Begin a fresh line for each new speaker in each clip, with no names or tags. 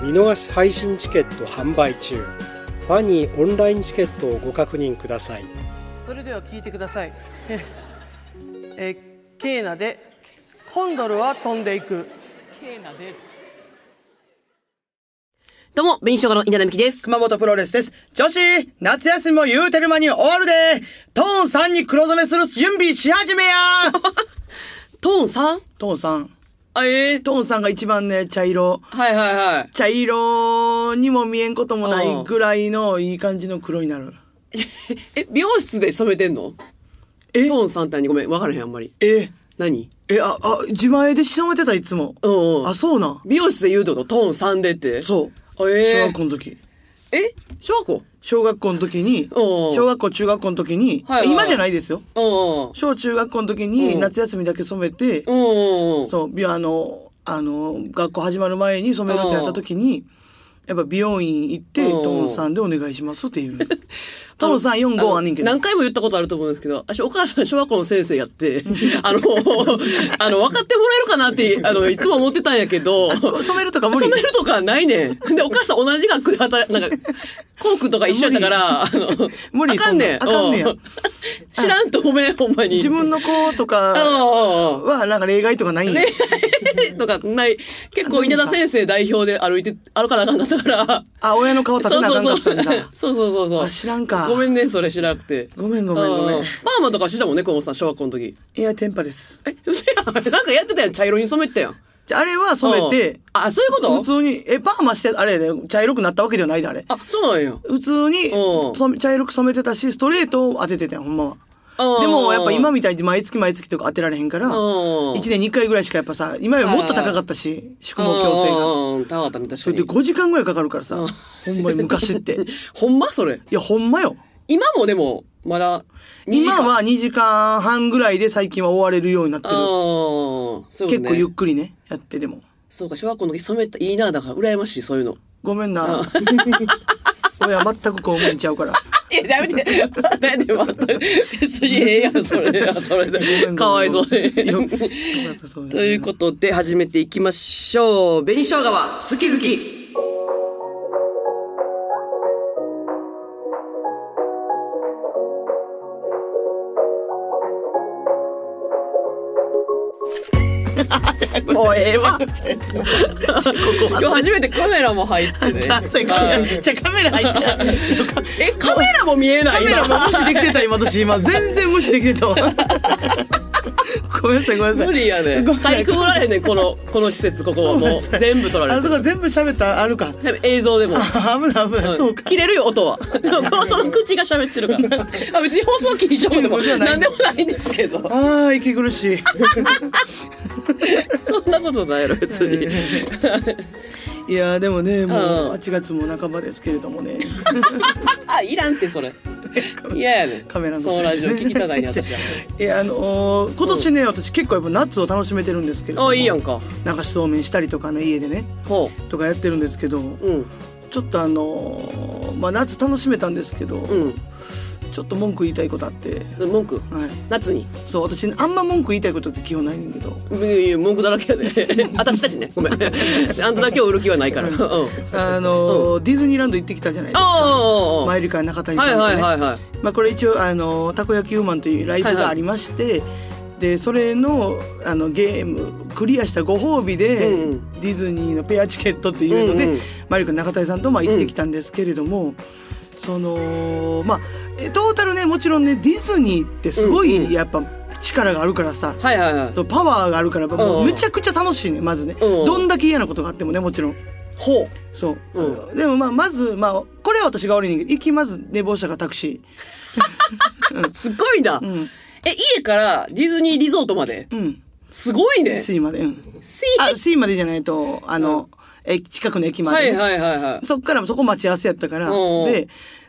見逃し配信チケット販売中ファニーオンラインチケットをご確認ください
それでは聞いてください えーえーケーナでコンドルは飛んでいく
ケーナで
どうも、紅生姜の稲田美希です。
熊本プロレスです。女子、夏休みも言うてる間に終わるでトーンさんに黒染めする準備し始めや
トーンさん
トーンさん。
あ、ええ
トーンさんが一番ね、茶色。
はいはいはい。
茶色にも見えんこともな
うん
いぐらいのいい感じの黒になる。
え、美容室で染めてんの
え
トーンさんって何ごめん、わからへん、あんまり。
え、
何
え、あ、あ、自前で染めてた、いつも。
うんうん
あ、そうなん。
美容室で言うってことトーンさんでって。う。
そう。
あええ
小学校の時。
え小学校
小学校の時に、
おうおう
小学校、中学校の時に、
はいはい
今じゃないですよ。
う
小中学校の時
う
に
ん
夏休みだけ染めて、
んうん。うん。
そう、びあの、あの、学校始まる前に染めるってやった時に、やっぱ美容院行って、
うん
トーンさんでお願いしますっていう。トーンさん4、5あんねんけど
何。回も言ったことあると思うんですけど、私お母さん小学校の先生やって、 あの、あの、分かってもらえるかなって、あの、いつも思ってたんやけど、
染めるとか無理
染めるとかないねん。で、お母さん同じ学区で働いなんか、コークとか一緒やったから、あの、
無理
あかんねん。
そんなあかんねや
う知らんとごめん、ほんまに。
自分の子とか
あ
は、なんか例外とかないんや。
あ、とかない。結構稲田先生代表で歩いて、歩かなあかんかったから。
あ、親の顔立てなあ
そ
か
うん
か
そ
っ
う
た
そ
ん
う
だ。。
そうそうそうそう。
あ知らんか
ごめんね、それ知らなくて。
ごめんごめんごめん
うパーマとかしてたもんね、小本さん、小学校の時。
エアテンパです。
え、嘘やん。なんかやってたやん。茶色に染めてたやん。
じゃああれは染めて
うん、あ、そういうこと
普通に、え、パーマして、あれやで、茶色くなったわけではないで、あれ。
あ、そうなんや。
普通に
うん
染め茶色く染めてたし、ストレートを当ててたよ、ほんまは。
うん
でもやっぱ今みたいに毎月毎月とか当てられへんから、
うん
1年に1回ぐらいしかやっぱさ、今よりもっと高かったし、宿毛矯正が。
正が。高かったね、確
そ
か
れで
に。
5時間ぐらいかかるからさ、ほんまに昔って。い
ほんまそれ。
や、ほんまよ。
今もでも、まだ、
今は2時間半ぐらいで最近は終われるようになって
ああ
る。
ー、そういうことね
結構ゆっくりね、やってでも。
そうか、小学校の時染めた、いいな、だから、羨ましい、そういうの。
ごめん な。俺は全くこう思っちゃうから。
いや、やめて。だって、 また、別にええやん、それは、それ
ごめんごめ
で。
ん
かわいそうで。
よよかったそうだ
ということで、始めていきましょう。紅生姜は、好き好き。もうええ わ。今日初めてカメラも入ってね。
じゃあカメラじゃあカメラ入ってちょカ
え、カメラも見えな
カ
い
メラも無視できてた今私今全然無視できてたわごめんなさいごめんなさい
無理やね。
ごめんな
か
さ
い
い
くぐられへんねん、この、この施設、ここは
ごめん
もう
なさい
全部撮られ
あそ
る。
こ全部喋ったあるか
でも映像でも。
あ危ない危ない、そうか
切れる よ、音は。でも、このその口が喋ってるから。あ別に放送禁止用でも、
いいことはない
なんでもないんですけど。
あー息苦し い
そんなことないやろ、別に。
いやーでもねも
うん
う8月も半ばですけれどもね
あ、いらんって、それ。嫌やねん。
カメラの
そ
せい
の
で
ラジオ聞きたないね、 私は。
いやあのー今年ね私結構やっぱ夏を楽しめてるんですけど
あ、いいやんか。
流しそうめんしたりとかね家でね
ほ
とかやってるんですけど
う。うん。
ちょっとあのーまあ夏楽しめたんですけど、
うん。
ちょっと文句言いたいことあって
で文句。
はい
夏に。
そう私ねあんま文句言いたいことって基本ないねんけど
いやいや文句だらけやで。 私たちね。ごめん。あんただけを売る気はないから。うん。あ
あのーディズニーランド行ってきたじゃないですか
あ。は
マイルカー中
い
谷さん
はい
とね、
はいはい。
まあ、これ一応あのーたこ焼きウーマンというライブがありまして、でそれのあのゲームクリアしたご褒美で、
うんう
ディズニーのペアチケットっていうので、
うんうん
マイルカー中谷さんとまあ行ってきたんですけれども、そのまあえトータルねもちろんねディズニーってすご
うんうん
いやっぱ力があるからさ、
はいはいはい。
そうパワーがあるからやっぱも
う
うんめちゃくちゃ楽しいねまずね、
うん
どんだけ嫌なことがあってもねもちろん
ほ
そう、
う
でもまあまずまあこれは私が悪いねんだけど行きまず寝坊したからタクシ
う。すごいな。
ん
え、家からディズニーリゾートまで
ーうん
すごいね。
スイまでうん
スイ
あスイまでじゃないとあの、え近くの駅ま
は
でね、
いはいはいはい。
そっからそこ待ち合わせやったから。
おうおう
で、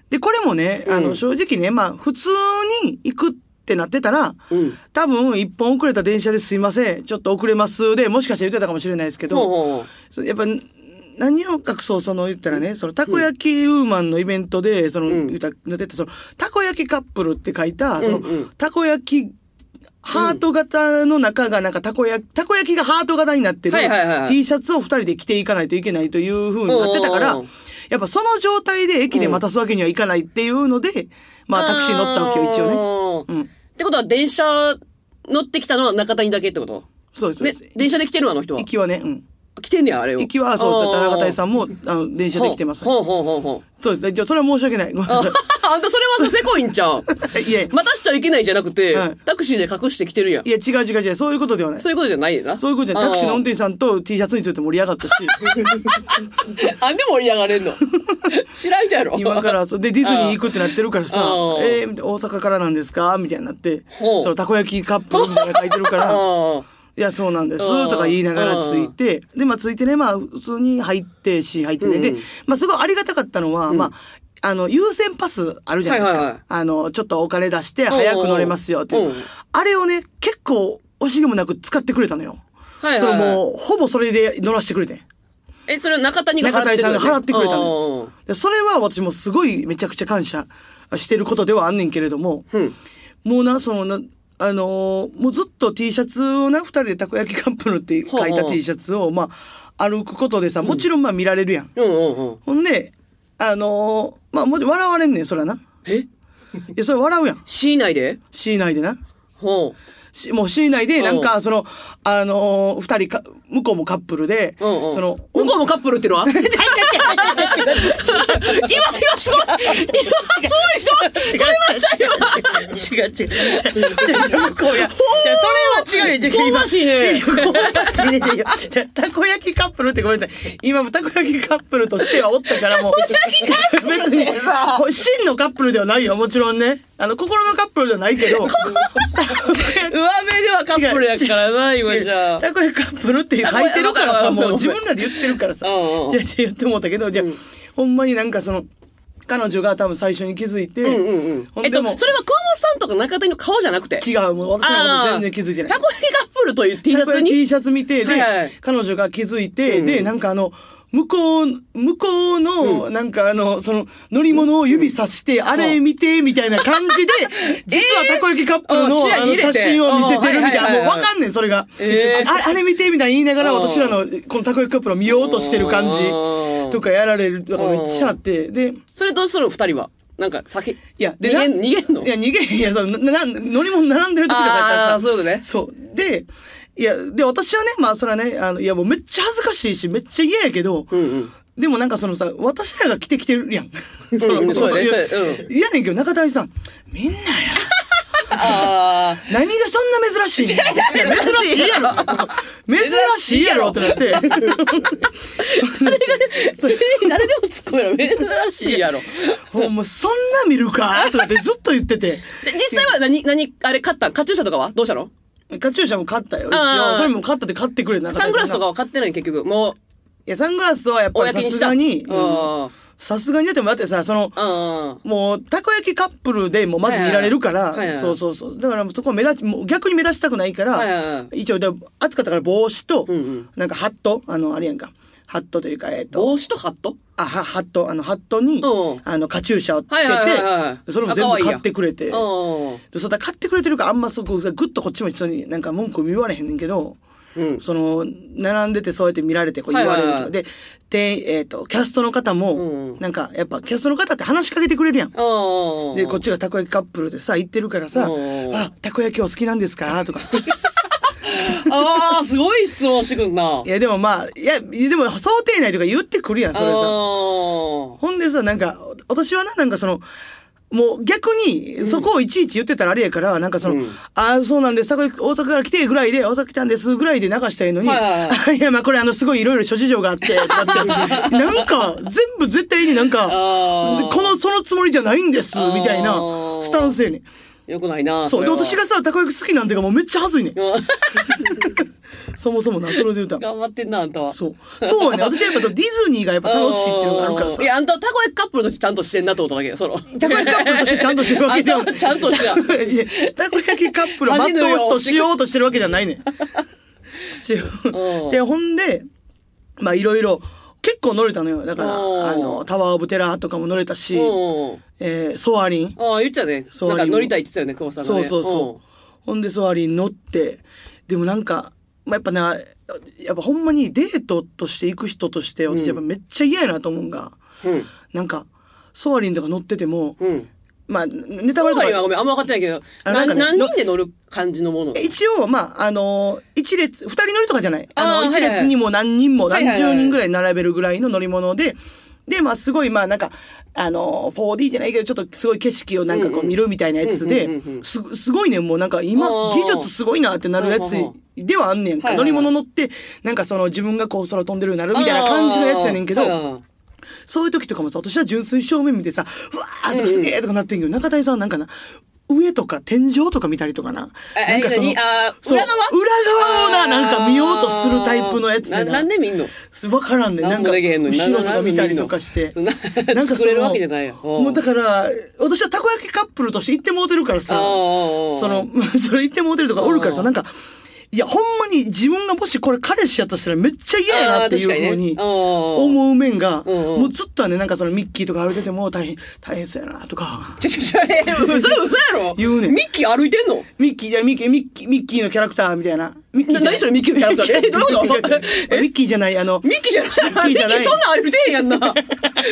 で、これもね、あ
うん
の、正直ね、まあ、普通に行くってなってたら、
うん
多分、一本遅れた電車ですいません、ちょっと遅れますで、もしかして言ってたかもしれないですけ
ほう
ど、
ほうほ
そやっぱ、ん何を隠そう、その、言ったらね、その、たこ焼きウーマンのイベントで、その、
ん
言ったら、言ってた、その、たこ焼きカップルって書いた、その、
うんうん
たこ焼き、ハート型の中がなんかたこ焼き、たこ焼きがハート型になってる
はいはいはいはい
T シャツを二人で着ていかないといけないという風になってたか
おうおう
ら
おう、
やっぱその状態で駅で待たすわけにはいかないっていうので、まあタクシー乗ったわけよ、一応ね。
応
うん
ってことは、電車乗ってきたのは中谷だけってこと
そうです。そう
ね
です、
電車で来てるあの人は
行。きはね、うん。
来てんねや、あれを。
行きは、そうです。田中谷さ
ん、
んも、あの、電車で来てます。そ
ほうほうほうほう。
うです。じゃあ、それは申し訳ない。ごめん
あ
なさ
あんたそれはさ、せこいんちゃ う。
い。いやい
待たしちゃいけないじゃなくて
はい、
タクシーで隠してきてるやん。
や、いや、違う違う違う。そういうことではない。
そういうことじゃないよな。
そういうことじゃない。タクシーの運転手さんと T シャツについて盛り上が ったし、
あー。あんで盛り上が れんの。知らんじゃろ。
今から、そうで、ディズニー行くってなってるからさ
あ、ー
えー、みたいな大阪からなんですかみたいになって、
ほう
そのたこ焼きカップルみたいなの書いてるか ら、
あ
いや、そうなんです
うん、
とか言いながらついて、で、まあ、ついてね、まあ、普通に入ってし、入ってね。で、まあ、すごいありがたかったのは、まあ、あの、優先パスあるじゃないですか。
はいはいはい
あの、ちょっとお金出して、早く乗れますよ、っていう
うん
あれをね、結構、惜しげもなく使ってくれたのよ。
あ。はい
そ
はい
れ
はい。
もう、ほぼそれで乗らせてくれてん。
え、それは中谷が払
中
っ
谷
てく
さん
れ
が
た。
払ってくれたの
あ
よでそれは私もすごいめちゃくちゃ感謝してることではあんねんけれども、
ん
もうな、そのな、あのーもうずっと T シャツをな、二人でたこ焼きカップルって書い
ほう
た
ほう
T シャツを、まあ、歩くことでさ、もちろんまあ見られるやん。
ーうんうんうん。
ほんで、あのーまあ、もち笑われんねん、そらな。い
え
や、それ笑うやん。
市内で
市内でな。
ほ
しもう市内で、なん
う
か、その、あのー二人か、向こうもカップルで、
う。うんうん。
その、
向こうもカップルっていうのは今、今、すごい今、すごいしょ取れました、
違
今
う違う違う 違う。向こうや。いや、それは違うよ。じゃあ
香ばしいね
今いや香ばしいねいやいやたこ焼きカップルってごめんなさい。今もたこ焼きカップルとしてはおったからもう。 別に、真のカップルではないよ。もちろんね。あの、心のカップルではないけ ど。
上目ではカップルやからな、今じゃあ。
たこ焼きカップルって書いてるから
たこ焼きカップル
さ、もう自分らで言ってるからさ
うんうん。
じゃあじゃあ言ってもうたけど、じゃあほんまになんかその、彼女が多分最初に気づいて。
うんうんうん。
ほん
えっ
で
と
も、
それは桑本さんとか中谷の顔じゃなくて。
違う。もう私のこと全然気づいてない
あー。タコヘカップルという T シャ
たこ
ツ
焼き
に。
T シャツ見て、で、
はいはい
彼女が気づいて、
うん
で、なんかあの、向こう、向こうの、なんかあの、その、乗り物を指さして、あれ見て、みたいな感 じで、実はたこ焼きカップルの,、
お試合
あの
入れて
写真を見せてるみたいな、
おはいはいはいはい
もうわかんねん、それが。
えー
ああれ見て、みたいな言いながら、
お
私らの、このたこ焼きカップルを見ようとしてる感じ
お、
とかやられるとかめっちゃあって、で、
それどうするの二人は。なんか、先。い
いや、で、
逃げん、
な
逃げんの
いや、逃げへん。いや、その、な、な乗り物並んでる時とかやったら
あ
さ
あー、そういうことね。
そう。で、いや、で、私はね、まあ、それはね、あの、いや、もうめっちゃ恥ずかしいし、めっちゃ嫌やけど、でもなんかそのさ、私らが着てきてるやん。その
うんうんそうやね
いや
そうや
嫌ねんけど、中谷さん、みんなや。
ああ。
何がそんな珍しいの珍しいやろ珍しいやろってなって。
誰でも突っ込めろ。珍しいやろ。
ほんま、そんな見るかとかってずっと言ってて。
で実際は何、何、あれ買ったんカチューシャとかはどうしたの
カチューシャも買ったよ、一
あー
応。それも買ったって買ってくれた。中
サン
谷
グラス
さ
と
ん
か
が
は買ってない結局。もう、
いや、サングラスはやっぱり
公
さ
に
す
した。
がに、
う
うん
ん。
さすがにだってもうだってさ、その、
うん。
もう、たこ焼きカップルでもうまず見られるか
はいはいはい
ら、そうそうそう。だからもうそこは目立ち、もう逆に目立ちたくないか
はいはいは
ら、一応、で暑かったから帽子と
んうん、
なんかハット、あの、あれやんか。ハットというか、えっと、
帽子とハット
あ、はハット、あの、ハットに
うん、
あの、カチューシャをつけ
はいはいはいはい
て、それも全
あ可愛い
部
やん
買ってくれて。
う
で、そうだ、買ってくれてるから、あんまそこ、ぐっとこっちも一緒になんか文句言われへんねんけど、
ん。うん。
その、並んでてそうやって見られてこう言われると
はいはいは
か。
い
で、店えっと、キャストの方
うんう
も
ん、
なんか、やっぱ、キャストの方って話しかけてくれるやん。
うん。
で、こっちがたこ焼きカップルでさ、行ってるからさ
う、ん
あ、たこ焼きお好きなんですかとか。
ああ、すごい質問してくんな。
いや、でもまあ、いや、でも想定内とか言ってくるやん、それさ。
あ
ほんでさ、なんか、私はな、なんかその、もう逆に、そこをいちいち言ってたらあれやから、なんかその、ああ、そうなんです、たこ焼き大阪から来てぐらいで、大阪来たんですぐらいで流 したいのに、、
はいはいはい
や、まあこれあの、すごいいろいろ諸事情があって、とかって、 なんか、全部絶対になんか、
あー
この、そのつもりじゃないんです、みたいな
あー、
スタンスやねん。
あ。よくないな。
そう。で、
れは
私がさ、たこ焼き好きなんていうかもうめっちゃはずいねん。
うん
そもそもな、それで言うたら。
頑張ってんな、あんたは。
そう。そうやね。私はやっぱそのディズニーがやっぱ楽しいっていうのがあるから
うん
さ
い。や、あんたはたこ焼きカップルとしてちゃんとしてんなってことだけど、その。
たこ焼きカップルとしてちゃんとしてるわけでは
あんたはちゃんとしてた。
た。たこ焼きカップルを全うとしようとしてるわけじゃ ないねん。しよ
うん
う。で、ほんで、まあいろいろ、結構乗れたのよ。だから、
うん
あの、タワーオブテラーとかも乗れた し、
うん。
えーソアリン。
ああ、言ってたね。
そう
なんか乗りたいって言ってたよね、久保さんが
そう
ね。
そうそう。ほんでソアリン乗って、でもなんか、まあ、やっぱな、やっぱほんまにデートとして行く人として、私やっぱめっちゃ嫌やなと思うんが、
うん。うん。
なんか、ソアリンとか乗ってても、
うん。
まあ、ネ
ネ
タ
タ
バ
バ
レ
レ
とか
とか。ごめん、あんま分かってないけど、
あなんか
な
ね
何人で乗る感じのもの
一応、まあ、あのー一列、二人乗りとかじゃない。あ
あー
の、一
はいは
列
い
にも何人も
はい
何
はいはい
十人ぐらい並べるぐらいの乗り物で、で、まあ、すごい、まあ、なんか、あのー、4D じゃないけど、ちょっとすごい景色をなんかこ
うんう
うん見るみたいなやつ
うんう
で
んうんうん、
す、すごいね、もうなんか今、
あー
技術すごいなってなるやつ
ほうほうほ
ではあんねん
は
か。
い
乗
はいは
り
い
物乗って、なんかその自分がこう空飛んでるようになるみたいな感じのやつやねんけ
あー
ど、
はいはい
そういう時とかもさ、私は純粋正面見てさ、うわーとかすげーとかなってんけど、中谷さんはなんかな、上とか天井とか見たりとかな。
え
なんかその
何あー
そう
裏側
裏側をな、なんか見ようとするタイプのやつ
な
で
なんで見んの
わからんねん。な
な
ん
んも
か、
できへんのに
後ろとか見たりとかして。
なな
なんかその
作れるわけじゃないようん
もうだから、私はたこ焼きカップルとして行ってもうてるからさ、
あー
その、 それ行ってもうてるとかおるから
う
さ、
ん
なんか、いや、ほんまに自分がもしこれ彼氏やとしたらめっちゃ嫌やなっていう
あー確かにね
ふうに
あー
思う面が、
うんうん
もうずっとはね、なんかそのミッキーとか歩いてても大変、大変そうやなとか、
ちょちょちょ、え、嘘や嘘やろ
言うねん
ミッキー歩いてんの
ミッキー、いやミッキー、ミッキー、ミッキーのキャラクターみたいな。ミッキー
な
じゃない
何それミッキーのキャラクターえどういうこと
えミッキーじゃない、あの、
ミッキーじゃない
ミ
ミ
ッキー
ッ
じ
キ
ゃない
ーそんなん歩いてへん やんな。びっ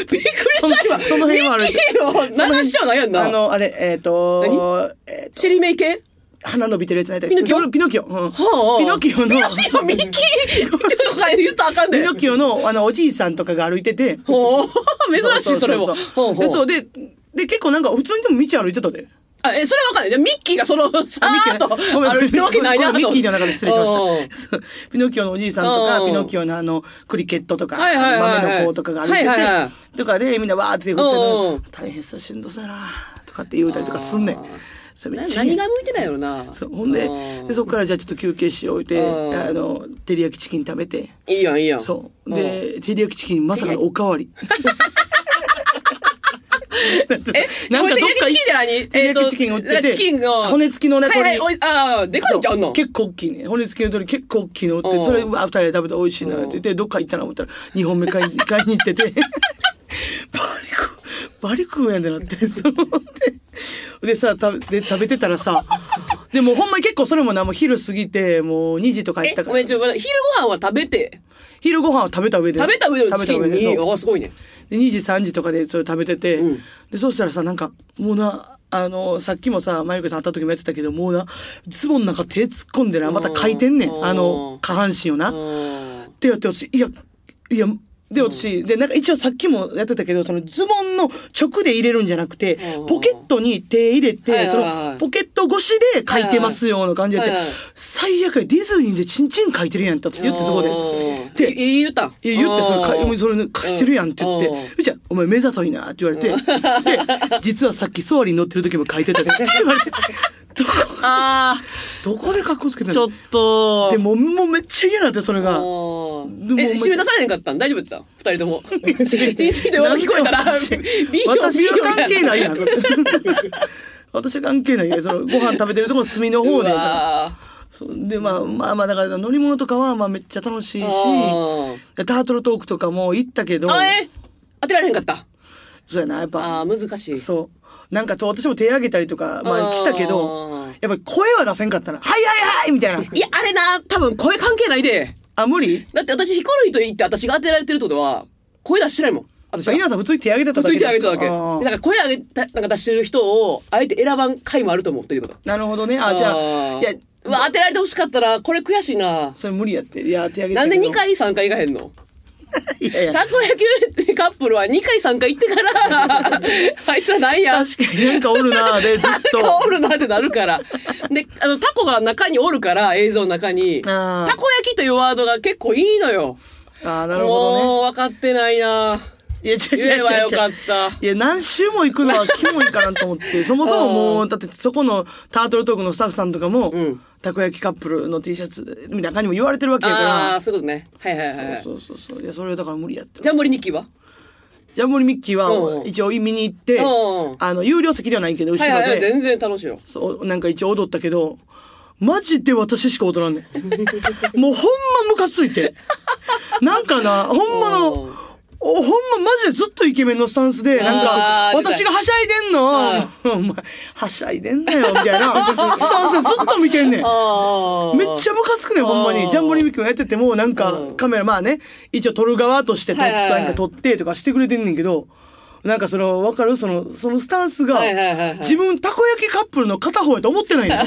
くりした今。
そのその辺は歩いて
ミッキーの流しちゃないやん
あ
な。
の、あれ、えっ、と、えー
シェリーメイ系
鼻伸びてるやつない
ピノキオ
ピノキオ。うん
はあ
ピノキオの、
ピノキオミッキー とか言ったらあかん
ピ
ね
ノキオの、あの、おじいさんとかが歩いてて。
ほう 珍しい、それも。
う
ほう
う
ほう
でそうで、で、結構なんか普通にでも道歩いてたで。
あ、え、それはわかんない。でミッキーがその、さ
ミッキ
ー
ー
っと
ねごめん
歩いてるわけないな
ご
と。
めんミッキーの中で失礼しま
おー
した。そうピノキオのおじいさんと
う
か、
ん
ピノキオのあの、クリケットとか、
はいはいはいはい
豆の子とかが歩いて
はいはいは
て、とかで、みんなわーって言
う
うんて大変さ、しんどそうやな、とかって言うたりとかすんねん
あー。
それめ
な
っちゃ嫌
何が向いてないよな。
そうほんで
うん
でそこからじゃあちょっと休憩しようって
うん
あの照り焼きチキン食べて
いいやん、いいやん。
そう
うん
で照り焼きチキンまさかのおかわり
え、
な
なんん
か
か
ど
ど
っ
っ
か
か
い
チキンって何
照り焼きチキン売って
えーと
て
チキンの。
骨付きのね
はいはい、お
鳥
いああ、でかいんちゃうの
結構大きいね骨付きの鳥結構大きいの売っ
う
て
ん
それうわ二人で食べて美味しいなって言ってどっか行ったな思ったら2本目買いに買いに行ってて バリクバリクやんってなって そうででさ食べで食べてたらさでもほんまに結構それもなもう昼過ぎてもう2時とか行っ
え、
たか
ご
ら
めん、ちょ、まだ昼ご飯は食べて、
昼ご飯を食べた上で
食べた上のチキン
食べた上
に、
でそう
おすごいね。
で2時3時とかでそれ食べてて、
うん
でそうしたらさなんかもうなあのさっきもさマユコさん会った時もやってたけどもうなズボンなんか手突っ込んでなまた書いてんね
うんん
あの下半身をな。
う
っ
ん。
てやって私いやいやで私でなんか一応さっきもやってたけどそのズボンの直で入れるんじゃなくて
うん
ポケットに手入れ
は
て
い
そ
はいはい
のポケット越しで書いてますような感じで
はいはい
最悪やディズニーでチンチン書いてるやんって私言ってそこで。で
で、い言ったん。
いや、言って、それ、か
うん
もうそれね、貸してるやんって言っ
うんうん
て、じゃあ、お前目ざといなって言われて、で、実はさっきソアリン乗ってる時も書いてたからって言 われて、どこ、
あ
どこで格好つけて
あ、
ん
ち
の
ょっと。
で、もう、もうめっちゃ嫌になって、それが。
うん
でも
え、締め出されへんかったん大丈夫だった二人 とも。一日で音が聞こえたら、
私
ビヨ
私は関係ない
ビヨ
やん。 私は関係ないやん。その、ご飯食べてるとこ、隅の
み
方
た
で
いなう。わ
そうで、まあ、まあまあ、だから乗り物とかは、まあめっちゃ楽しいし、
ー
でタートルトークとかも行ったけど、
あえ当てられへんかった。
そうやな、やっぱ。
ああ、難しい。
そう。なんかと、私も手挙げたりとか、まあ、来たけど
あー、
やっぱり声は出せんかったな。はいはいはいみた いな。
いや、あれな、多分声関係ないで。
あ、無理
だって私、ヒコロヒーと言って私が当てられてるってことは、声出してないもん。私
稲田さん普通に手挙げてただ
普通
け
に手挙げただけ。
あ
なん
ー
か声上げた、なんか出してる人を、あえて選ばん回もあると思う、ということ。
なるほどね。あ、じゃ
ー
あ、いや、
うわ、当てられてほしかったな。これ悔しいな。
それ無理やって。いや、手挙げて
な
た
ん
け
で
ど
2回3回行かへんの
いやいや。
たこ焼きってカップルは2回3回行ってから、 あいつらなんや。
確かになんかおるなで、ずっ
なんかお
と。
るなってなるから。で、あの、タコが中におるから、映像の中に。
あー
たこ焼きというワードが結構いいのよ。
あーなるほどね。
もう分かってないな。
いや、違う違う違う
言えばよかった
いや、何周も行く のはキモいかなと思って、そもそもも
う
う、だってそこのタートルトークのスタッフさんとかも、
ん
たこ焼きカップルの T シャツみたいな感じも言われてるわけや
ああー、
か
そういうことね。はいはいはいはい
ら。。そうそうそう。いや、それはだから無理やって。
ジャンボリミッキーは
ジャンボリミッキー
う
は
ん
一応見に行って
うん、
あの、有料席ではないけど、後
はい
ろ
はいはい、
で、
全然楽しいよ。
そう、なんか一応踊ったけど、マジで私しか踊らんねん。 もうほんまムカついて。なんかな、ほんま
う
の
ん、
おほんまマジでずっとイケメンのスタンスで、なんか、
あー
私がはしゃいでん の、お前、はしゃいでんなよ、みたいな、スタンスでずっと見てんねん。
ああ。
めっちゃムカつくねんほんま
あ
に。
ー
ジャンボリミックやってても、なんか
うん、
カメラ、まあね、一応撮る側として撮っ
はいはいはい
なんか撮ってとかしてくれてんねんけど、なんかその、わかるその、そのスタンスが
はいはいはいはい、
自分、たこ焼きカップルの片方やと思ってない ねん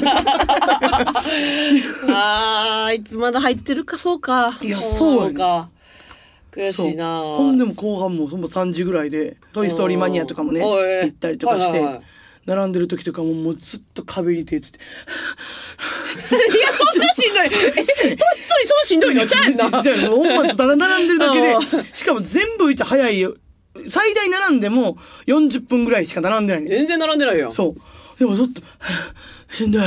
ああ、いつまだ入ってるか、そうか。
いやそうやね
か。悔
そう
しいなぁ
ほんでも後半も、ほんま3時ぐらいで、トイストーリーマニアとかもね、
おー
行ったりとかし
はい
て
はいはい、
並んでる時とかももうずっと壁に手 つって、
いや、そんなしんどい。え、トイストーリーそうしんどいのちゃうんだ。
じゃあほんまずっと並んでるだけ
う
で、しかも全部いて早いよ。最大並んでも40分ぐらいしか並んでないねん
全然並んでないよ。
そう。でもずっと、しんどい。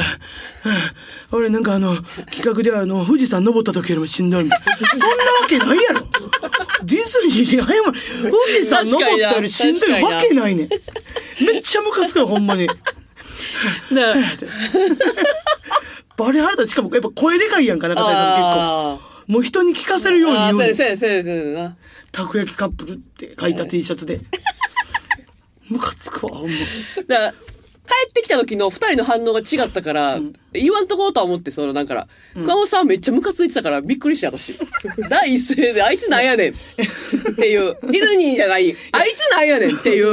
俺なんかあの、企画ではあの、富士山登った時よりもしんどいみたいな。そんなわけないやろディズニーに謝る。富士山登ったよりしんどいわけないねん。めっちゃムカつくよ、ほんまに。
ね
バレ腹立ちしかもやっぱ声でかいやんか、中谷さん結
あ
構。もう人に聞かせるよ
ー
うに
あ
言
ー、
う
せ
ね
や
ん。
せやせやせやな。
たこ焼きカップルって書いた T シャツ で。ムカつくわ、ほんま。
だから帰ってきた時の二人の反応が違ったから、言わんとこうとは思って、その、なんか、熊本さんめっちゃムカついてたからびっくりした、 私。第一声で、あいつなんやねん。っていう、ディズニーじゃない、あいつなんやねんって いう。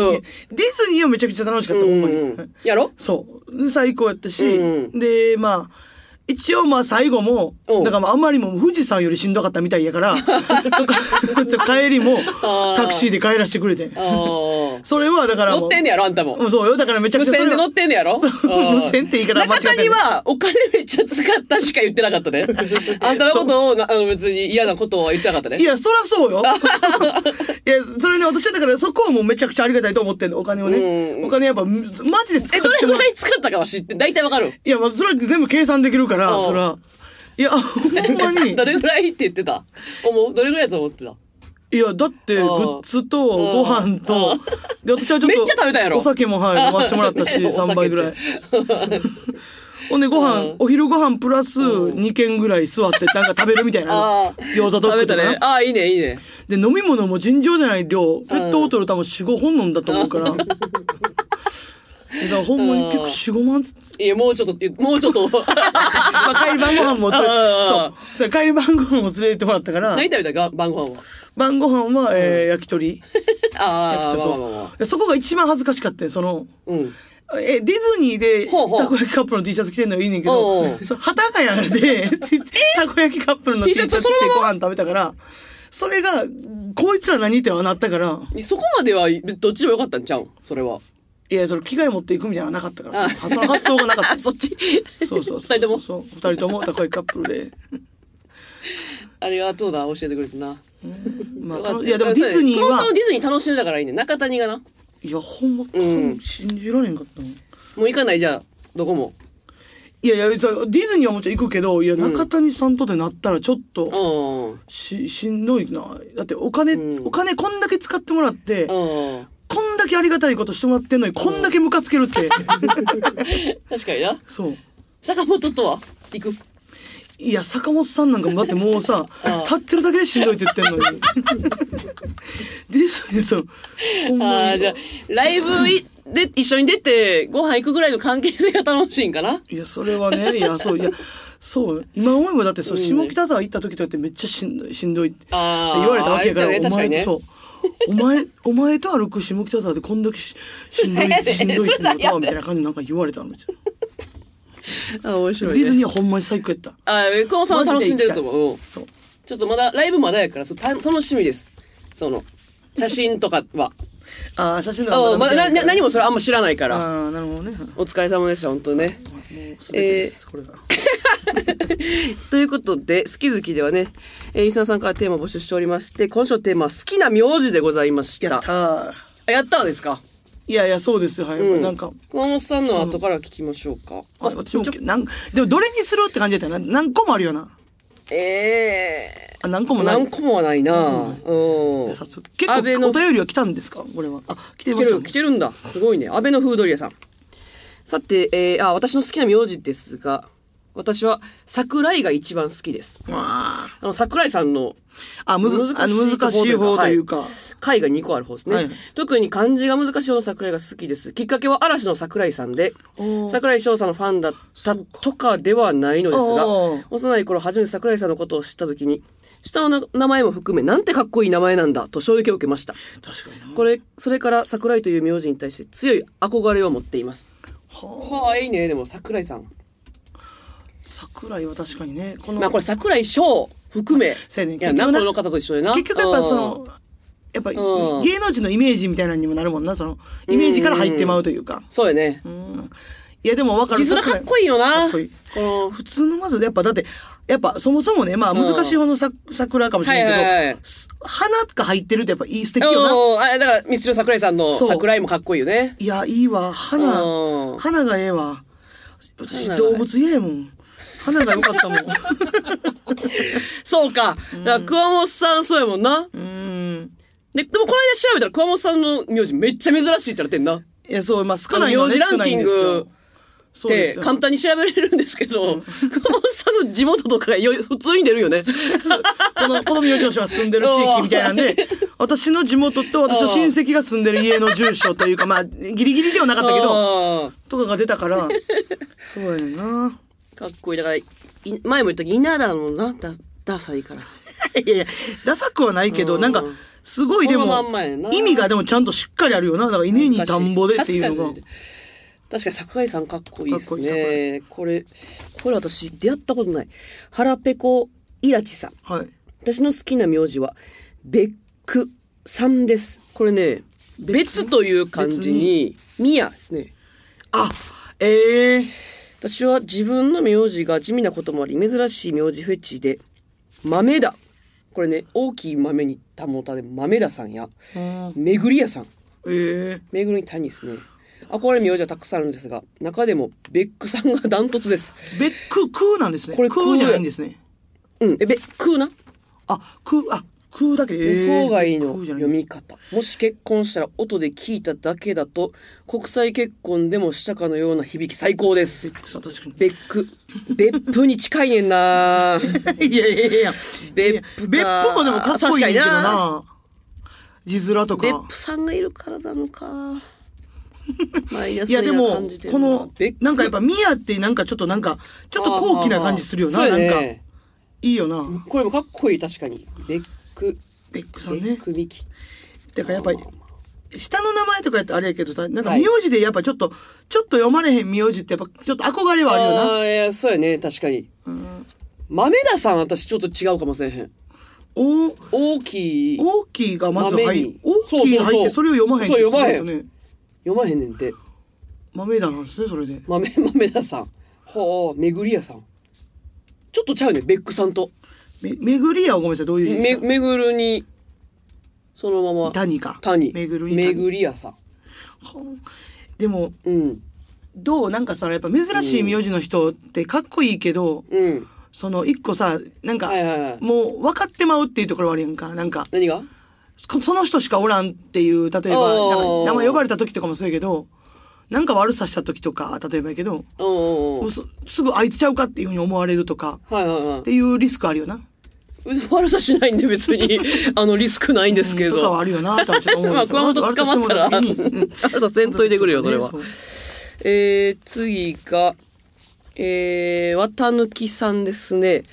ディズニーはめちゃくちゃ楽しかった、ほんまに。
うんや ろ
そう。で最高やったし、
う
で、まあ、一応まあ最後も、
うん
だからまああんまりも富士山よりしんどかったみたいや から、とか帰りも
あー
タクシーで帰らせてくれて。
あー
それはだから
乗
も
っ
う。
てんねやろ、あんたも。
うんそうよ。だからめちゃ
無
くちゃそ
線
れ
で乗
は
ってんねやろ
そう無線って言い方間違って
中
る
谷はお金めっちゃ使ったしか言ってなかっ たね。あんたのことをな、あの別に嫌なことは言ってなかったね。
いや、そらそう よ。いや、それね、私はだからそこはもうめちゃくちゃありがたいと思ってんの、お金を
う
ね。
ん
お金やっぱ、マジで使
え、
って
どれ
も
ぐ
らう
らい使ったかは知って、大体わかる。
いや、まあ、それは全部計算できるから、
うん
そら。いや、 ほんま に。
どれぐらいって言ってた思うどれぐらいだと思ってた
いや、だって、グ
うん
ッズと、ご飯
う
と
ん、
で、私はちょっと、
めっちゃ食べたやろ
お酒も、はい、飲ませてもら ったし、
お酒って
3杯ぐらい。ほんで、ご
う
飯
ん、
お昼ご飯プラス、2軒ぐらい座って、なんか食べるみたいな
あ。ー
餃子ドッ
食
グ
べ
と
た
か
ね。
な。
ああ、いいね、いいね。
で、飲み物も尋常じゃない量、ペットボトル多分4、5本飲んだと思うから。 だから、ほんまに結構4、5万、
いや、もうちょっと、もうちょ っと。
まあ、帰り晩ご飯も、それ
うん
そう。それ帰り晩ご飯も連れてってもらったから、
何食べたか晩ご飯は。
晩ご飯は、えー焼き鳥。
ああ、まあまあまあまあ
そうでそこが一番恥ずかしかったよ、その。
うん。
え、ディズニーで、た
ほうほう
こ焼きカップルの T シャツ着てんのはいいねんけ
おうお
ど、
う
そう旗ヶ谷で、たこ焼きカップルの T
T
シ
シ
ャ
ャ
ツ
ツ
着て
その
ご飯食べたから、それが、こいつら何ってはなったから、
そこまでは、どっちでもよかったんちゃうんそれは。
いや、その着替え持っていくみたいなのはなかったから、
あ
その発想がなかっ
あ、
た。
そっち。
そうそうそう。
二人とも
そう、二人ともたこ焼きカップルで。
ありがとうな、教えてくれてな。
まあたの、いや、でもディズニー
そもそ
は
も、ディズニー楽しんでたからいいね。中谷がな。も
いや、ほんま、
うん
信じられんかったもん。
う行かないじゃあ、どこも。
いやいや、そうディズニーはもちろん行くけど、いや、中谷さんとでなったらちょっと、
うん。
し、しんどいな。だってお金、
うん
お金こんだけ使ってもらって、
うん。
こんだけありがたいことしてもらってんのに、こんだけムカつける って。
確かにな。
そう。
坂本とは行く。
いや、坂本さんなんかもだってもうさ
あ、
立ってるだけでしんどいって言ってんの に。ですよね、その、ほん
あ
ま
あ、
に。
じゃあ、ライブいで、一緒に出て、ご飯行くぐらいの関係性が楽しいんかな。
いや、それは ね、いや、そう、いや、そう、今思えばだってそう、下北沢行った時とかってめっちゃしんどい、しんどいって言
ああ。
われたわけやから、
あれだね
お
確
前
かに
と
ね。
そう。お前、お前と歩く下北沢でこんだけししん どい、しんどいって言うたわみたいな感じでなんか言われたのめっちゃ。
あ面白
デ
い、
ィズ
ね。
ニーはほんまに最高やった。
ああ、久保さんは楽しんでると思ううん。
そう。
ちょっとまだ、ライブまだやから、そうた楽しみです。その、写真とかは。
ああ、写真
ああ、まだ、な、な何
も。
もそれあんま知らないか
あ
ら。
あ、なるほどね。も
お疲れ様でした、本当ね。
うすべてです、これが。
ということで、好き好きではね、えーリスナーさんからテーマ募集しておりまして、今週のテーマは好きな名字でございました。
やったー。
あやったんですか
いやいや、そうですよ。はい。
うん
なんか、
熊本さんの後から聞きましょうか。
あ私もなんでもどれにするって感じだったよな。何個もあるよな。
ええ
あ何個もない。
何個もはないな。うん。
早速結
安倍
構
の
お便りは来たんですかこれは。あ、来て
来
ま
て
すよ
る、来てるんだ。すごいね。安倍のフードリアさん。さて、えー、あ、私の好きな名字ですが、私は桜井が一番好きです。
わあ
あの、桜井さんの
あ、むず、あの難しい方というか。
はい回が2個ある方ですね、
はい
特に漢字が難しい方の桜井が好きです。きっかけは嵐の桜井さんで
お、ー
桜井翔さんのファンだったとかではないのですが
おー、
幼い頃初めて桜井さんのことを知った時に、下の名前も含め、なんてかっこいい名前なんだと衝撃を受けました。
確かにな。
これ、それから桜井という名字に対して強い憧れを持っています。はあ、いいね。でも桜井さん。
桜井は確かにね。この、
まあこれ桜井翔含め、
そうやねん
いや、
結局な
名古屋の方と一緒でな。
結局やっぱそ
うん
の、やっぱ
うん
芸能人のイメージみたいなのにもなるもんな。その、イメージから入ってまうというか。
そうやね。
うんいやでも分かる。
字面かっこいいよ
か
な。
っこいい
この
普通のまずやっぱだって、やっぱそもそもね、まあ難しい方のさ桜かもしれ
はいはい
な
はいい
けど、す花が入ってるってやっぱいい素敵よな。
うんあだから、ミスチル桜井さんの
そう
桜井もかっこいいよね。
いや、いいわ。
う
花
ん、
花がええわ。私、
花が
動物嫌やもん。花が良かったもん。う
そうか。だから、桑本さんそうやもんな。
ーん。
で、でもこの間調べたら桑本さんの名字めっちゃ珍しいってなってんな。
いや、そう、まあ、少ないのはね
あの
少
名字
ないんです
ランキン
よ
グ。
そうで
です
よ。
簡単に調べれるんですけど、桑本さんの地元とかがよ普通に出る よね。
この、 この名字の人が住んでる地域みたいなんで、私の地元と私の親戚が住んでる家の住所というか、まあ、ギリギリではなかったけど、
ど。
とかが出たから、そうやねんな。
かっこいい。だから、い前も言ったけど、稲田のな、ダダサいから。
いやいや、ダサくはないけど、
うん
なんか、すごいで
その
も
まんまやな、
意味がでもちゃんとしっかりあるよな。だから、稲に田んぼでっていうのが
確。かに確かに桜井さんかっこいいで
かっ
す
こいい桜
ね。これ、これ私出会ったことない。腹ペコイラチさん。
はい。
私の好きな名字は、ベックさんです。これね、別という漢字に、宮ですね。
あ、ええ
私は自分の名字が地味なこともあり、珍しい名字フェチで、豆だ。これね、大きい豆に保たれ、豆田さんや、めぐり屋さん。
ええ
めぐりに谷ですね。憧れる名字はたくさんあるんですが、中でもベックさんがダントツです。
べ、く、くなんですね。
これ
くじゃないんですね。
うん、え、べ、食うな。
あ、く、あ、くだけで。ええ
予想外の
空じゃない
読み方。もし結婚したら音で聞いただけだと、国際結婚でもしたかのような響き最高です。
そう確かに。
ベック、別府に近いね んな
いやいやいや。
別府
別府もでもかっこいいねんけど
確か
な。字面と
別
か。
府さんがいるからなのか。マイナス
いやで
な
も
感じ、て
こ
るな
の
別、府
なんかやっぱ、宮ってなんかちょっとなんか、ちょっと高貴な感じするよ
あ
な。
ー
な
はー
ん
はー
か
そう、やね
いいよな。
これもかっこいい、確かに。ベック、
ベック
ベ
さんね
ッ。クミキ。
だからやっぱり、下の名前とかやったらあれやけどさ、なんか
はい
名字でやっぱちょっと、ちょっと読まれへん名字ってやっぱちょっと憧れはあるよな。
あーいやそうやね、確かに。豆田さん、私ちょっと違うかもしれへん。
お
大きい、
大きいがまず入
豆
る
に。
大きいが
そうそう
入っ
そ
て
う
それを読まへんって
そう
すごい
読まへ
で
ん
すね。
読まへんねんて。
豆だなんですね、それで。
豆、 豆田さん。ほう、めぐり屋さん。ちょっとちゃうね、ベックさんと。
め、めぐりやはごめんなさい、どういう字
め、
ですか
めぐるに、そのまま。
谷か。
谷。
めぐるに
め
谷。
ぐり屋さん。
でも、
うん。
どうなんかさ、やっぱ珍しい名字の人ってかっこいいけど、
うん。
その一個さ、なんか
はいはいはい、
もう分かってまうっていうところはあるやんか。なんか、
何が
こその人しかおらんっていう、例えば、
お
なん
ー
か名前呼ばれた時とかもそうやけど、なんか悪さした時とか、例えばやけど、
うんうん
も
う。
うんすすぐあいつちゃうかっていうふうに思われるとか、
はいはいは
っていうリスクあるよな。
い。悪さしないんで別 に、あの、リスクないんですけ
とかは
ど。
あるよな、とはちょっと思うん
まあ、
ですよ
熊本捕まったら、
悪さしてもらう時にうん
悪させんといてくれよ、それは
ね。う
えー、次が、えー、綿貫さんですね。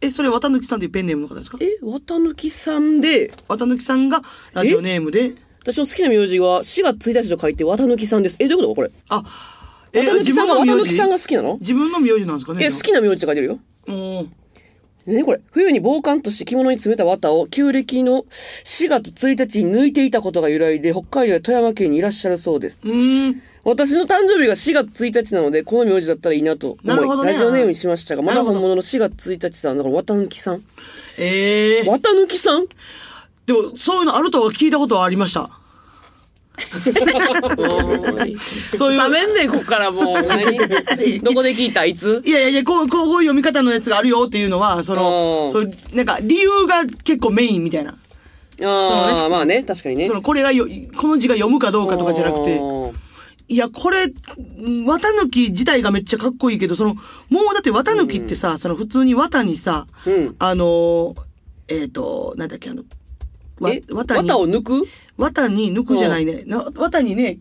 え、それ綿貫さんっていうペンネームの方ですか
え、綿貫さんで、
綿貫さんがラジオネームで、
私の好きな名字は4月1日と書いて綿貫さんです。え、どういうことこれ。
あ、え
綿貫さんが綿
名
貫
字
さんが好きなの
自分の名字なんですかね
え、好きな名字って書いてるよ。
もう、
ねこれ。冬に防寒として着物に詰めた綿を旧暦の4月1日に抜いていたことが由来で、北海道や富山県にいらっしゃるそうです。
うーん。
私の誕生日が4月1日なので、この名字だったらいいなと思い、
なるほどね
ラジオネームにしましたが、ま
な
だ
るほ
本
ど
物の4月1日さん、だから綿貫さん。
ええ
綿貫さん
でも、そういうのあるとは聞いたことはありました。 そういう
冷めんねん、こっからもう。何どこで聞いたいつ
いやいやいや、こう、こうこういう読み方のやつがあるよっていうのは、そ
お
の、
ー
そういうなんか理由が結構メインみたいな。
ああ、まあね、確かにね
そ。の、これがよ、この字が読むかどうかとかじゃなくて、
おー
いや、これ、綿抜き自体がめっちゃかっこいいけど、その、もうだって綿抜きってさ、その普通に綿にさ、
うん
あの、えっ、と、なんだっけ、あの、わ
え、
綿に、
綿を抜く
綿に抜くじゃないね。な綿にね、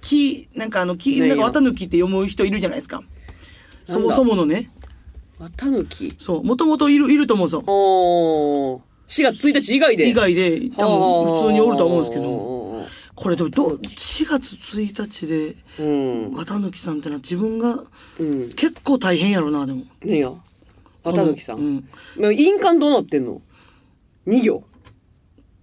木、なんかあの、木、
ねえ
なん
よ
か綿抜きって読む人いるじゃないですか。そもそものね。
綿抜き
そう、もともといる、いると思うぞ。
おー。4月1日以外で。
以外で、多分普通におるとは思うんですけど、
ど。
これでもどう、4月1日で、
うん。
綿貫さんってのは自分が、
うん。
結構大変やろな、でも。
何や綿貫さ
このうん
ん。まあ印鑑どうなってんの ?2 行。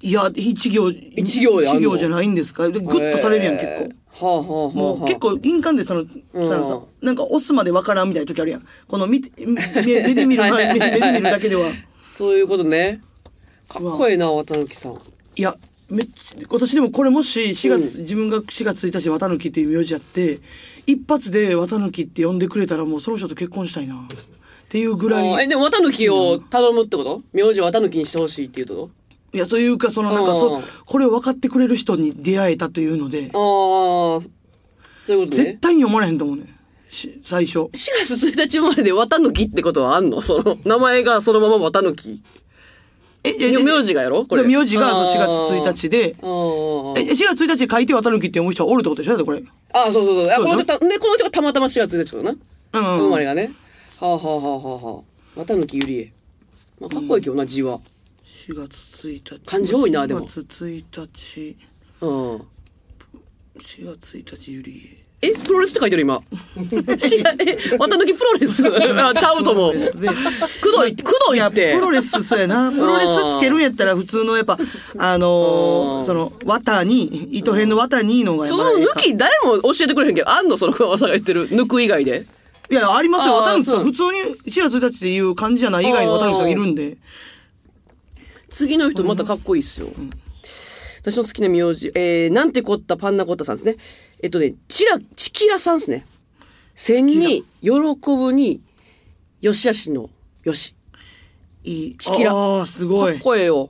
いや、一行、
一行であん
一
の
行じゃないんですかでグッとされるやん、
えー
結構。。
はあはあはあはあ。
もう結構印鑑でその、
うん
そのさ、なんか押すまでわからんみたいな時あるやん。この見て、目目で見る、
はいは
目
いはい
目で見るだけでは。
そういうことね。かっこいいな、綿貫さん。
いや、めっちゃ、今年でもこれもし4月、自分が4月1日綿貫っていう名字やって、一発で綿貫って呼んでくれたらもうその人と結婚したいな。っていうぐら
あ
い。
え、でも綿貫を頼むってこと名字綿貫にしてほしいっていうこ
いや、というか、そのなんか、
う
そ
ん、
これを分かってくれる人に出会えたというので、
とああ、そういうこと
絶
ね。
対に読まれへんと思うねん。し最初。
4月1日生まれで綿貫ってことはあんのその、名前がそのまま綿貫。
え、いやいや
名字がやろこれ。
名字がそう4月1
日。
日で、
あー
え、4月1日で書いて渡るきって思う人はおるってことでしょだってこれ。う
あー、そうそうそう。あ
そうで
こ
しょ
の人た、ね、この人がたまたま4月1日かな。
ん。
生まれがね。はあはあはあはあはあ。綿貫ゆりえ。まあ、かっこいいけどな、字は。
4月1日。
漢字多いなでも
4月1日、
うん。
4月1日ゆり
え、プロレスって書いて る今。知らえ、綿貫プロレス あちゃうと思う。
え。で、
くどい、くどいって。
プロレスそうやな。プロレスつけるんやったら普通のやっぱ、あの
うん
ー、その、綿に、糸編の綿にのがや
そ
っぱ
の
りええか
抜き、誰も教えてくれへんけど、あんのその川さんが言ってる。抜く以外で。
いや、ありますよ。
あー
渡るきさ、
そうん
普通に4月1日っていう漢字じゃない以外の渡るきさんがいるんで。
次の人またかっこいいっすよ。私の好きな名字、えー、なんてこったパンナコッタさんですね。えっとね、チラ、チキラさんですね。千に、喜ぶに、よしあしの、よし。
いい。
チキラ
ああ、す
か
ご
っ
い。
こええよ。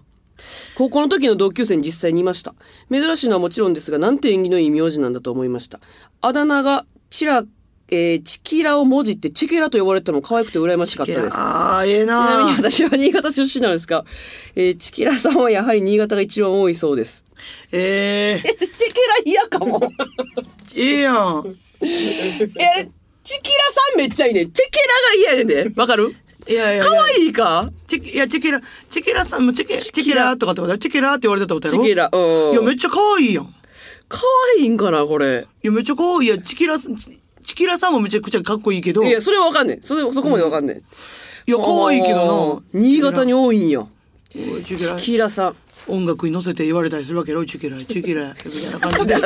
高校の時の同級生に実際にいました。珍しいのはもちろんですが、なんて縁起のいい名字なんだと思いました。あだ名が、チラ、えー、チキラを文字ってチケラと呼ばれたのも可愛くて羨ましかったです。
ああ、ええ
ちな
な
みに私は新潟出身なんですが、えーチキラさんはやはり新潟が一番多いそうです。
ええ
え、チキラ嫌かも。
ええやん。
え、チキラさんめっちゃいいね。チキラが嫌やねんね。わかる
いやいや。
可愛いか
チキ、いや、チキラ、チキラさんもチキ、チキラーとかってことだよチキラーって言われてたってこと
チ
やろ
キラ。うん。
いや、めっちゃ可愛いやん。い
可愛いんかな、これ。
や、めっちゃ可愛い。いや、チキラ、チチキラさんもめちゃくちゃかっこいいけど。
い
いや
や、、それはわかんねえ。それ、そこまでわかんねえ。
可愛いけ
あ
ど
ー
な。
新潟に多いんや。
チキラ、チ
チ
キ
キラさん。
ラ音楽に乗せて言われたりするわけやろチキラ、チキ ラ、みたいな感じで。う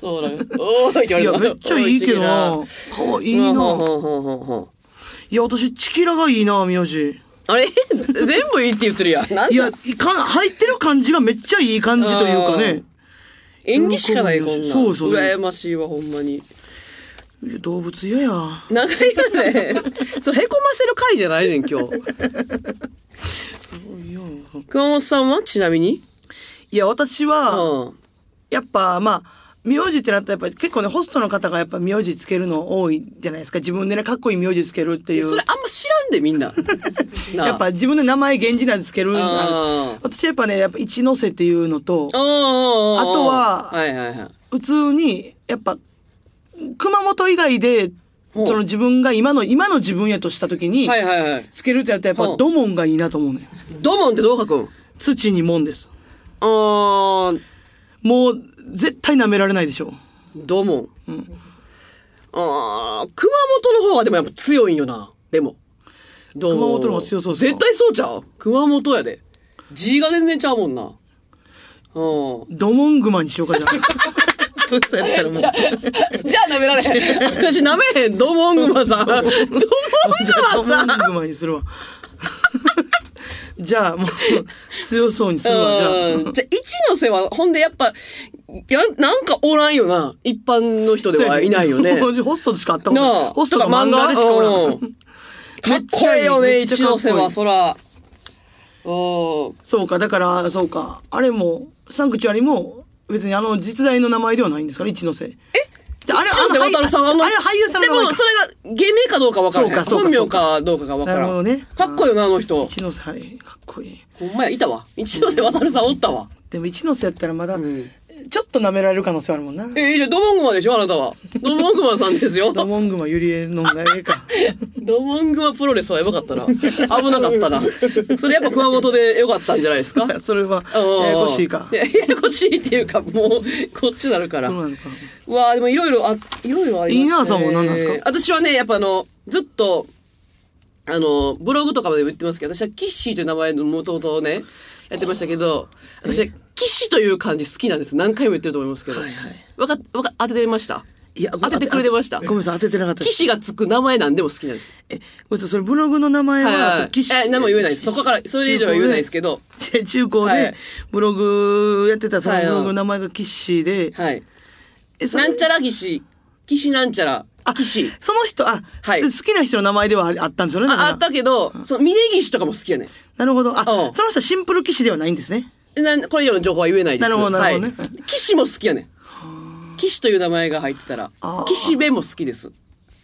そうだね。おーいって
んい
言
や、
わ
め
れた
っちゃいいけどな
お。
可愛い
いチキラうん
な。
ほんほんほんほんほん
いや、私、チキラがいいな、名字。
あれ 全部いいって言ってるやん。なんだ
いや、いかん入ってる感じがめっちゃいい感じというかね。
演技しかないこんなん
そうそう
羨ましいわほんまに
いや動物嫌や。
長いよね それへこませる回じゃないねん今日
いや
熊本さんはちなみに
いや、私
う
は、
ん
やっぱまあ名字ってなったらやっぱり結構ねホストの方がやっぱ名字つけるの多いじゃないですか自分でねかっこいい名字つけるっていう
それあんま知らんで みんななあ
やっぱ自分で名前源氏名つける
あー
私やっぱねやっぱ一ノ瀬っていうのと
おーおーおー
あとは
はいはいはい
普通にやっぱ熊本以外で
ほう
その自分が今の今の自分やとした時に
はいはいはい
つけるってやったらやっぱ
ほう
土門がいいなと思うね
ドモンってどう書くん
土に門です
あー
もう絶対舐められないでしょ
ドモン、あー熊本の方がでもやっぱ強いんよなでも熊
熊本の方が強そうっすか
絶対そうちゃう熊本やで字が全然ちゃうも んなうん
土門熊にしようかじ ゃあそうやったらもう
じゃあ、じゃあ舐められへん。 私舐めへん。ドモングマさん。ドモング
じゃあ、ドモ
マさ
ン
ん。
グマにするわ。 じゃあもう、強そうにするわ、じゃ
うん
あ。
じゃあ、一ノ瀬は、ほんでやっぱ、やなんかおらんよな。一般の人ではいないよね。
ホストでしか会ったことない
なあ。
ホストか漫画でしかおらん。
かっこええよね、
めっ
一
ちゃかっこい
ノ
い
瀬は、そら。おー
そうか、だから、そうか。あれも、サンクチュアリも、別にあの実在の名前ではないんですから、一ノ瀬。えあれ、
一ノ
あ
瀬
の俳優、
渡さんはな
あれは俳優さん
で
の名
も、
前
そ
か。
れが芸名かどうかわからん。
そうかそうか
本名かどうかがわか
な
ら
るほど
ん。
ね
かっこいいよな、あの人。
一ノ瀬、はい。かっこいい。
ほんまや、いたわ。一ノ瀬渡さんおったわ。
でも一ノ瀬やったらまだ、ちょっと舐められる可能性あるもんな。
えー、じゃあ、ドモングマでしょ、あなたは。ドモングマさんです よ。
ドモングマゆりえの名前か。
ドモングマプロレスはやばかったな。危なかったな。それやっぱ熊本でよかったんじゃないですか
それは、 ややこしいか。
やややこしいっていうか、もう、こっちなるから。
そうな
う
のか。
わあでもいろいろあ、いろいろありますね。
イーナーさんは何なんですか
私はね、やっぱあの、ずっと、あの、ブログとかまでも言ってますけど、私はキッシーという名前の元々をね、やってましたけど、私はキシという漢字好きなんです。何回も言ってると思いますけど。わかっ、わか、当ててました
いや、
当ててくれてました
ごめんなさい、当ててなかったで
騎
す。
士がつく名前なんでも好きなんです。
え、ごめんなさい、それブログの名前
はいはいは
は、
い。え、何も言えないです。そこから、それ以上は言えないです
ど。
けど。
中中高
は
で
い、
ブログやってた、その
はい
ブ
はい
ログの名前がキッシーで、
はい。
え、その
なんちゃら騎士。騎士なんちゃら。騎士。
その人、あ、
はい
好きな人の名前ではああったんですよね、だか
あ、
ら
あったけど、その、峯岸とかも好きやね
なるほど。あ、
うん
その人はシンプル騎士ではないんですね。
なんこれ以上の情報は言えないです。
なるほどなるほどね
はい騎士も好きやね騎士という名前が入ってたら
あー、
岸辺も好きです。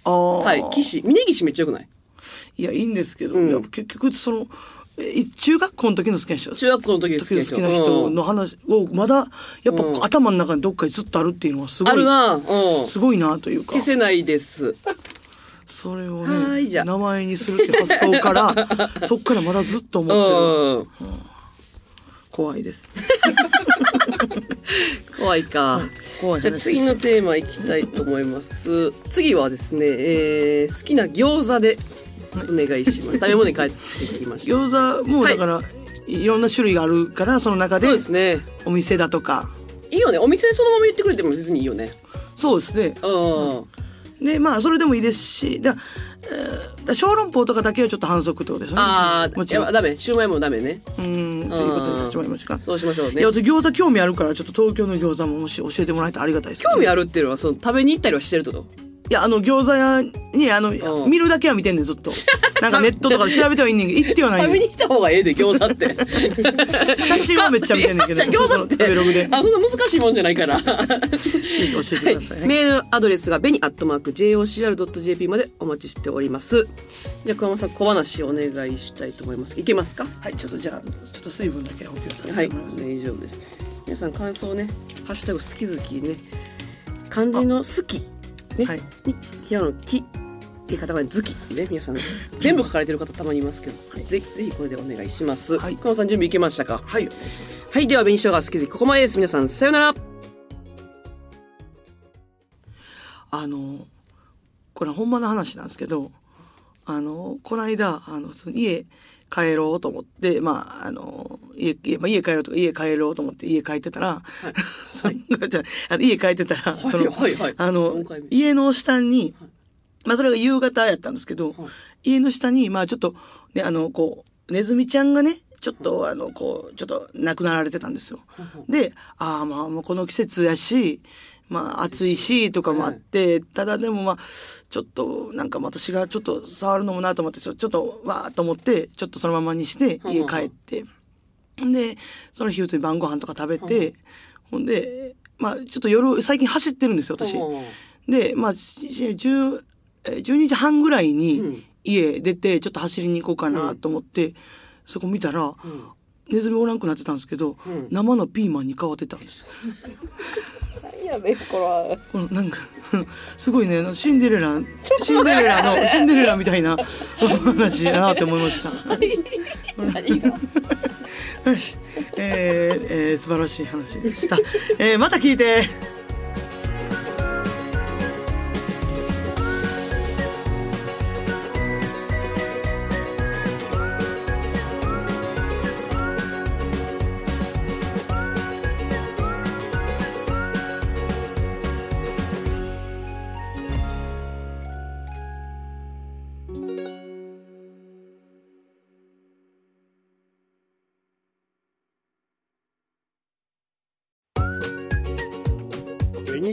ああ。
はい。騎士。峯岸めっちゃ良くない
いや、いいんですけど、
うん
いや結局、その、え中学校の時の好きな人。
中学校の時に好きな
好
人。
きな人の話を、まだ、やっぱ、
うん
頭の中にどっかにずっとあるっていうのはす
う
ご
ん
い。
あるなうん。
すごいなという か
消。せないです。
それを
はーい
ね、
じゃあ
名前にするって発想 から、そっからまだずっと思
う
ってる。
ん。
怖いです。
怖いか。
怖い話
じゃあ次のテーマいきたいと思います。次はですね、えー好きな餃子でお願いします。食べ物に帰ってきました。
餃子も、だから、い、ろんな種類があるから、その中で
そう、ですね。
お店だとか。
いいよね。お店そのまま言ってくれても別にいいよね。
そうですね。
うん。
で、まあ、それでもいいですし、だ、えー小籠包とかだけはちょっと反則ってことですよね。
ああ、
もちろん。
いや
う
ダメ。シュウマイもダメね。
ーん、ということにさせてもらいましょうか。
そうしましょう
い
ね
や、。私餃子興味あるから、ちょっと東京の餃子ももし教えてもらえたらありがたいです、
興味
あ
あるっていうのは、その食べに行ったりはしてるってこと
いや、あの、餃子屋に、あの、
うん
見るだけは見てんねん、 ずっと。なんかネットとかで調べてはいんねんけど、行ってはない
食
ね
べ
ん
に行った方がええで、餃子って。
写真はめっちゃ見てんねんけど、
いや餃子って。
その食べログ で。
あ、そんな難しいもんじゃないから。
教えてください。はい
メールアドレスがベニアットマーク JOCR.jp までお待ちしております。じゃあ、熊本さん、小話をお願いしたいと思います。いけますか
はい、ちょっとじゃあ、ちょっと水分だけ補給させ
は
て
い、
もらいますね。
大丈夫です。皆さん、感想ね、ハッシュタグ好き好きね、漢字の好き、ね、
はい
に、ひらのき、え、片仮名好きね、皆さん、全部書かれてる方たまにいますけど、ぜひ、ぜひこれでお願いします。
はい
熊本さん、準備いけましたか
はい、お願いします。
はい、では、紅生姜好き好き、ここまでです。皆さん、さようなら
あのこれはほんまの話なんですけどあのこの間あのその家帰ろうと思って、まあ、あの家家,、まあ、家帰ろうとか家帰ろうと思って家帰ってたら、 そのじゃああの家帰ってたら、その
はいはい
あの
四回目
家の下に、まあ、それが夕方やったんですけど、家の下に、まあ、ちょっと、ね、あのこうネズミちゃんがねちょっとあのこうちょっと亡くなられてたんですよ。でああまあもうこの季節やしまあ暑いしとかもあって、ただでもまあちょっとなんか私がちょっと触るのもなと思ってちょちょっとわーっと思ってちょっとそのままにして
ん
家帰って、でその日普通に晩ご飯とか食べて、ほんでまあちょっと夜最近走ってるんですよ私。
うん
で、まあ、10えー12時半ぐらいうに
ん
家出て、ちょっと走りに行こうかなと思って、そこ見たら、ネズミおらんくなってたんですけど、
ん
生のピーマンに変わってたんですよ。
やべ、これは。
このなんか、すごいね、あのシンデレラ、シンデレラの、シンデレラみたいなお話だなって思いました。
何が
えーえー素晴らしい話でした。えーまた聞いて
紅